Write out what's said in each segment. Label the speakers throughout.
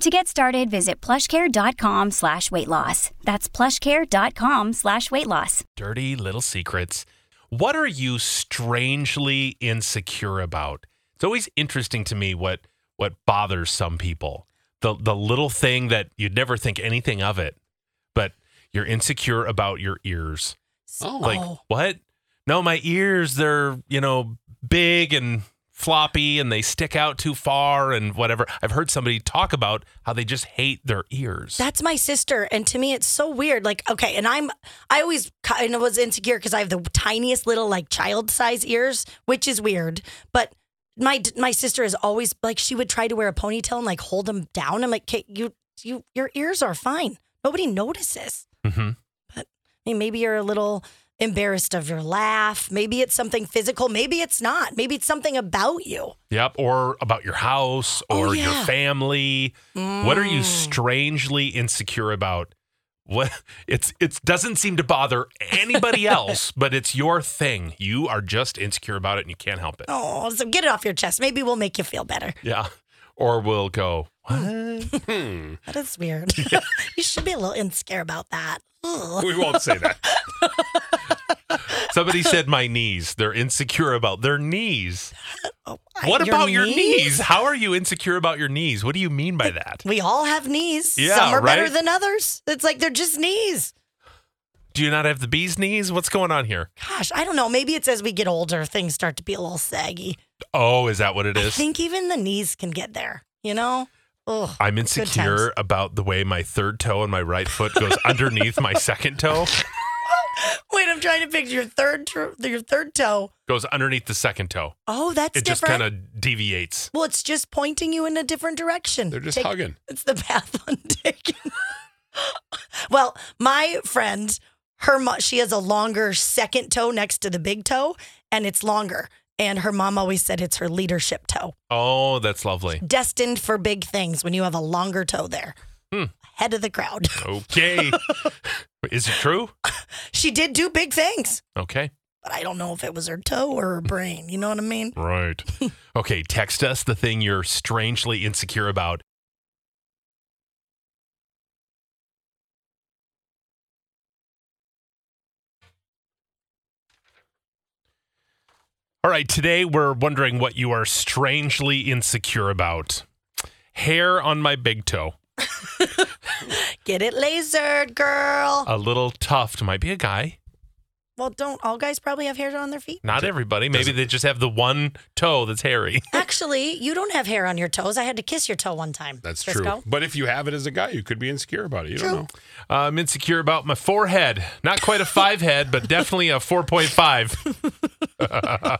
Speaker 1: To get started, visit plushcare.com slash weight loss. That's plushcare.com slash weight loss.
Speaker 2: Dirty little secrets. What are you strangely insecure about? It's always interesting to me what what bothers some people. The the little thing that you'd never think anything of it, but you're insecure about your ears.
Speaker 3: Oh,
Speaker 2: Like what? No, my ears they're, you know, big and floppy and they stick out too far and whatever. I've heard somebody talk about how they just hate their ears.
Speaker 3: That's my sister, and to me, it's so weird. Like, okay, and I'm I always kind of was insecure because I have the tiniest little like child size ears, which is weird. But my my sister is always like she would try to wear a ponytail and like hold them down. I'm like, "Kate, you you your ears are fine. Nobody notices.
Speaker 2: mm-hmm.
Speaker 3: I mean, maybe you're a little embarrassed of your laugh. Maybe it's something physical. Maybe it's not. Maybe it's something about you.
Speaker 2: Yep, or about your house
Speaker 3: Oh,
Speaker 2: or
Speaker 3: yeah. Mm.
Speaker 2: your family. What are you strangely insecure about? What it's it doesn't seem to bother anybody else, but it's your thing. You are just insecure about it and you can't help it.
Speaker 3: Oh, so get it off your chest. Maybe we'll make you feel better.
Speaker 2: Yeah. Or we'll go, what? Hmm.
Speaker 3: That is weird. you should be a little insecure about that. Ugh.
Speaker 2: We won't say that. Somebody said my knees. They're insecure about their knees.
Speaker 3: Oh,
Speaker 2: What about your knees? How are you insecure about your knees? What do you mean by that?
Speaker 3: We all have knees.
Speaker 2: Yeah,
Speaker 3: Some are better
Speaker 2: right?
Speaker 3: than others. It's like they're just knees.
Speaker 2: Do you not have the bee's knees? What's going on here?
Speaker 3: Gosh, I don't know. Maybe it's as we get older, things start to be a little saggy.
Speaker 2: Oh, is that what it
Speaker 3: I
Speaker 2: is?
Speaker 3: think even the knees can get there, you know? Ugh.
Speaker 2: I'm
Speaker 3: times.
Speaker 2: insecure about the way my third toe and my right foot goes underneath my second toe,
Speaker 3: Wait, I'm trying to picture your third tr- your third toe.
Speaker 2: goes underneath the second toe.
Speaker 3: Oh, that's
Speaker 2: It just
Speaker 3: different.
Speaker 2: kind of deviates.
Speaker 3: well, it's just pointing you in a different direction.
Speaker 4: They're just
Speaker 3: Take-
Speaker 4: hugging.
Speaker 3: It's the path I'm taking. well, my friend, her mo- she has a longer second toe next to the big toe, and it's longer. And her mom always said it's her leadership toe,
Speaker 2: Oh, that's lovely.
Speaker 3: destined for big things when you have a longer toe there.
Speaker 2: Hmm.
Speaker 3: Head of the crowd.
Speaker 2: Okay. is it true?
Speaker 3: she did do big things,
Speaker 2: Okay.
Speaker 3: but I don't know if it was her toe or her brain. You know what I mean?
Speaker 2: Right. Okay. Text us the thing you're strangely insecure about. All right. Today we're wondering what you are strangely insecure about. Hair on my big toe.
Speaker 3: Get it lasered,
Speaker 4: Uh.
Speaker 3: girl.
Speaker 2: A little tuft might be a guy.
Speaker 3: well, don't all guys probably have hair on their feet?
Speaker 2: Not everybody. Maybe they just have the one toe that's hairy.
Speaker 3: Actually, you don't have hair on your toes. I had to kiss your toe one time.
Speaker 4: That's
Speaker 3: Frisco.
Speaker 4: true. But if you have it as a guy, you could be insecure about it. You
Speaker 3: True.
Speaker 4: don't know.
Speaker 2: Uh, I'm insecure about my forehead. Not quite a five head, but definitely a 4.5.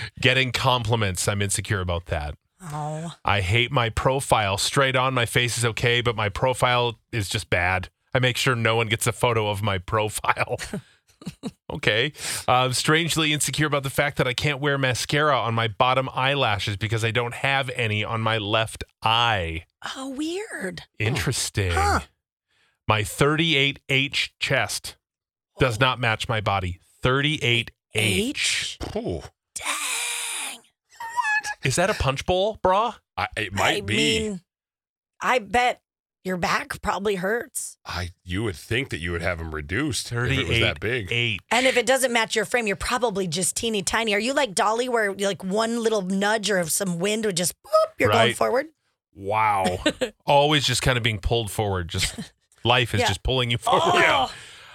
Speaker 2: Getting compliments. I'm insecure about that.
Speaker 3: Oh.
Speaker 2: I hate my profile. Straight on, my face is okay, but my profile is just bad. I make sure no one gets a photo of my profile. okay. Uh, strangely insecure about the fact that I can't wear mascara on my bottom eyelashes because I don't have any on my left eye.
Speaker 3: Oh, weird.
Speaker 2: Interesting.
Speaker 3: Huh.
Speaker 2: My 38H chest does not match my body. 38H.
Speaker 3: H?
Speaker 4: Oh,
Speaker 3: Dang.
Speaker 2: Is that a punch bowl, bra?
Speaker 4: I, it might
Speaker 3: I
Speaker 4: be.
Speaker 3: Mean, I bet your back probably hurts.
Speaker 4: I you would think that you would have them reduced if it was
Speaker 2: 38
Speaker 4: that big.
Speaker 2: H.
Speaker 3: And if it doesn't match your frame, you're probably just teeny tiny. Are you like Dolly, where like one little nudge or some wind would just boop, you're going
Speaker 2: Right.
Speaker 3: forward?
Speaker 2: Wow. Always just kind of being pulled forward. Just life is
Speaker 3: Yeah.
Speaker 2: just pulling you forward.
Speaker 3: Oh.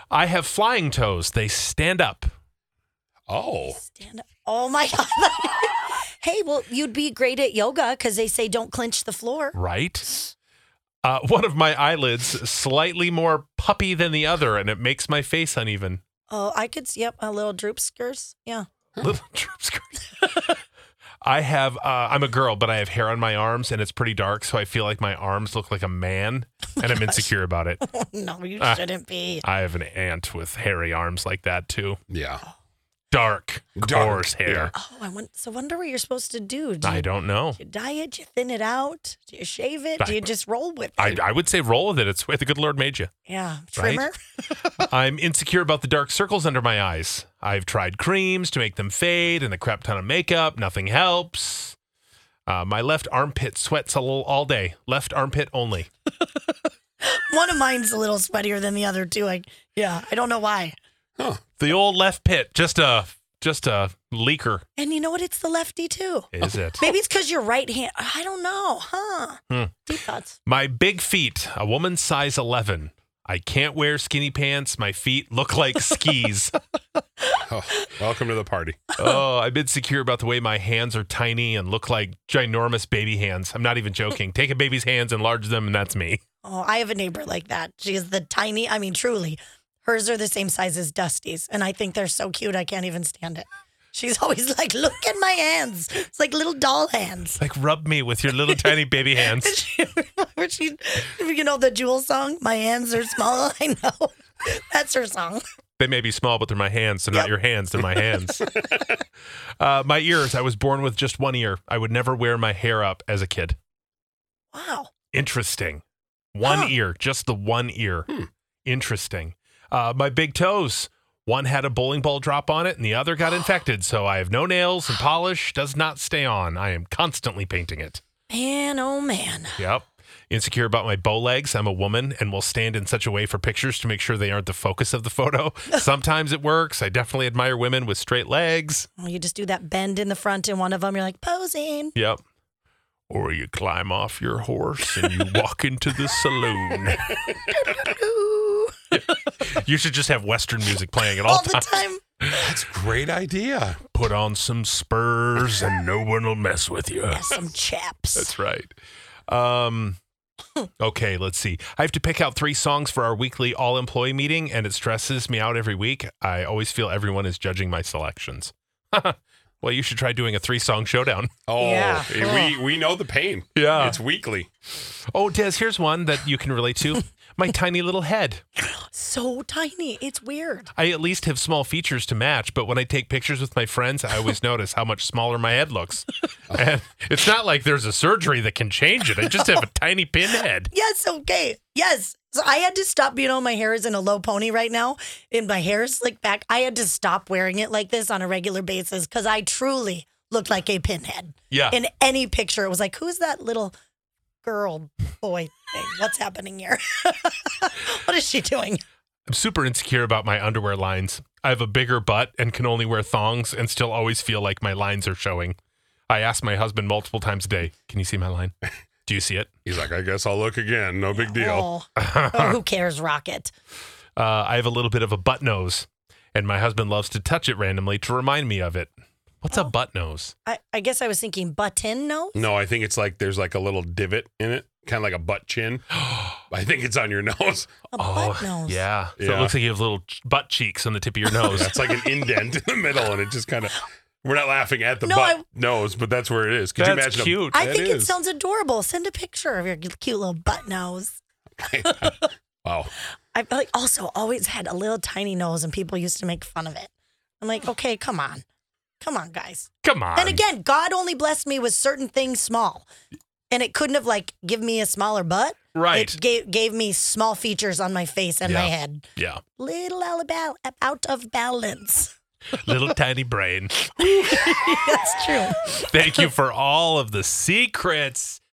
Speaker 2: I have flying toes. They stand up.
Speaker 4: Oh,
Speaker 3: Stand up. Oh my God. hey, well, you'd be great at yoga because they say don't clench the floor.
Speaker 2: Right? Uh, one of my eyelids slightly more puppy than the other, and it makes my face uneven.
Speaker 3: Oh, I could, yep, a little droop skirts. Yeah.
Speaker 2: Little droop skirt. I have uh, I'm a girl, but I have hair on my arms and it's pretty dark, so I feel like my arms look like a man, and I'm insecure about it.
Speaker 3: no, you
Speaker 2: Ah.
Speaker 3: shouldn't be.
Speaker 2: I have an aunt with hairy arms like that too.
Speaker 4: Yeah.
Speaker 2: Dark,
Speaker 4: Dark,
Speaker 2: coarse hair.
Speaker 3: Oh, I want, so wonder what you're supposed to do. Do you,
Speaker 2: I don't know.
Speaker 3: do you dye it? Do you thin it out? Do you shave it? Do you just roll with it?
Speaker 2: I, I would say roll with it. It's the way the good Lord made you.
Speaker 3: yeah, trimmer.
Speaker 2: I'm insecure about the dark circles under my eyes. I've tried creams to make them fade and a crap ton of makeup. Nothing helps. Uh, my left armpit sweats a little all day. Left armpit only.
Speaker 3: One of mine's a little sweatier than the other too. Like, yeah, I don't know why.
Speaker 2: The old left pit. Just a just a leaker.
Speaker 3: And you know what? It's the lefty too.
Speaker 2: Is it?
Speaker 3: Maybe it's because your right hand. I don't know, huh?
Speaker 2: Hmm.
Speaker 3: Deep thoughts.
Speaker 2: My big feet, a woman size 11. I can't wear skinny pants. My feet look like skis.
Speaker 4: Oh, welcome to the party.
Speaker 2: oh, I've been secure about the way my hands are tiny and look like ginormous baby hands. I'm not even joking. Take a baby's hands, enlarge them, and that's me.
Speaker 3: Oh, I have a neighbor like that. She is the tiny. I mean, truly, hers are the same size as Dusty's, and I think they're so cute. I can't even stand it. She's always like, "Look at my hands. It's like little doll hands."
Speaker 2: Like, rub me with your little tiny baby hands.
Speaker 3: She, remember she, you know the Jewel song? My hands are small. I know. That's her song.
Speaker 2: They may be small, but they're my hands. They're not your hands. They're my hands. uh, my ears, I was born with just one ear. I would never wear my hair up as a kid.
Speaker 3: Wow.
Speaker 2: Interesting. One
Speaker 3: Huh.
Speaker 2: ear, just the one ear. Interesting. Uh, my big toes. One had a bowling ball drop on it, and the other got infected. So I have no nails, and polish does not stay on. I am constantly painting it.
Speaker 3: Man, oh man.
Speaker 2: Yep. Insecure about my bow legs. I'm a woman and will stand in such a way for pictures to make sure they aren't the focus of the photo. Sometimes it works. I definitely admire women with straight legs.
Speaker 3: Well, you just do that bend in the front in one of them. You're like posing.
Speaker 2: Yep. Or you climb off your horse and you walk into the saloon.
Speaker 3: Ooh.
Speaker 2: You should just have Western music playing at all,
Speaker 3: All the time.
Speaker 4: That's a great idea.
Speaker 2: Put on some spurs and no one will mess with you.
Speaker 3: Some chaps.
Speaker 2: That's right. Um, okay, let's see. I have to pick out three songs for our weekly all employee meeting, and it stresses me out every week. I always feel everyone is judging my selections. well, you should try doing a three song showdown.
Speaker 4: Oh,
Speaker 3: Yeah.
Speaker 4: we we know the pain.
Speaker 2: Yeah.
Speaker 4: It's weekly.
Speaker 2: Oh, Des, here's one that you can relate to My Tiny Little Head.
Speaker 3: So tiny. It's weird.
Speaker 2: I at least have small features to match, but when I take pictures with my friends, I always notice how much smaller my head looks. And it's not like there's a surgery that can change it. I just have a tiny pinhead.
Speaker 3: Yes. Okay. Yes. So I had to stop. You know, my hair is in a low pony right now, and my hair is slicked back. I had to stop wearing it like this on a regular basis because I truly looked like a pinhead.
Speaker 2: Yeah.
Speaker 3: In any picture, it was like, who's that little girl boy thing? What's happening here? what is she doing?
Speaker 2: I'm super insecure about my underwear lines. I have a bigger butt and can only wear thongs and still always feel like my lines are showing. I ask my husband multiple times a day, Can you see my line? Do you see it?
Speaker 4: He's like, I guess I'll look again. No big deal.
Speaker 3: Oh. Oh, who cares, Rocket?
Speaker 2: Uh, I have a little bit of a butt nose, and my husband loves to touch it randomly to remind me of it. What's a butt nose?
Speaker 3: I, I guess I was thinking button nose.
Speaker 4: No, I think it's like there's like a little divot in it, kind of like a butt chin. I think it's on your nose.
Speaker 3: A butt nose.
Speaker 2: yeah. So it
Speaker 4: Oh, Yeah.
Speaker 2: looks like you have little ch- butt cheeks on the tip of your nose.
Speaker 4: It's like an indent in the middle, and it just kind of. We're not laughing at the
Speaker 3: No,
Speaker 4: butt
Speaker 3: I-
Speaker 4: nose, but that's where it is. Could
Speaker 2: That's
Speaker 4: you imagine? a-
Speaker 2: cute.
Speaker 3: I
Speaker 4: That
Speaker 3: think it
Speaker 4: is.
Speaker 3: sounds adorable. Send a picture of your cute little butt nose.
Speaker 4: wow.
Speaker 3: I like also always had a little tiny nose and people used to make fun of it. I'm like, okay, come on. Come on, guys.
Speaker 2: Come on.
Speaker 3: And again, God only blessed me with certain things small. And it couldn't have like give me a smaller butt.
Speaker 2: Right.
Speaker 3: It gave gave me small features on my face and my
Speaker 2: Yeah.
Speaker 3: head.
Speaker 2: yeah.
Speaker 3: Little out of bal- out of balance.
Speaker 2: Little tiny brain.
Speaker 3: That's true.
Speaker 2: Thank you for all of the secrets.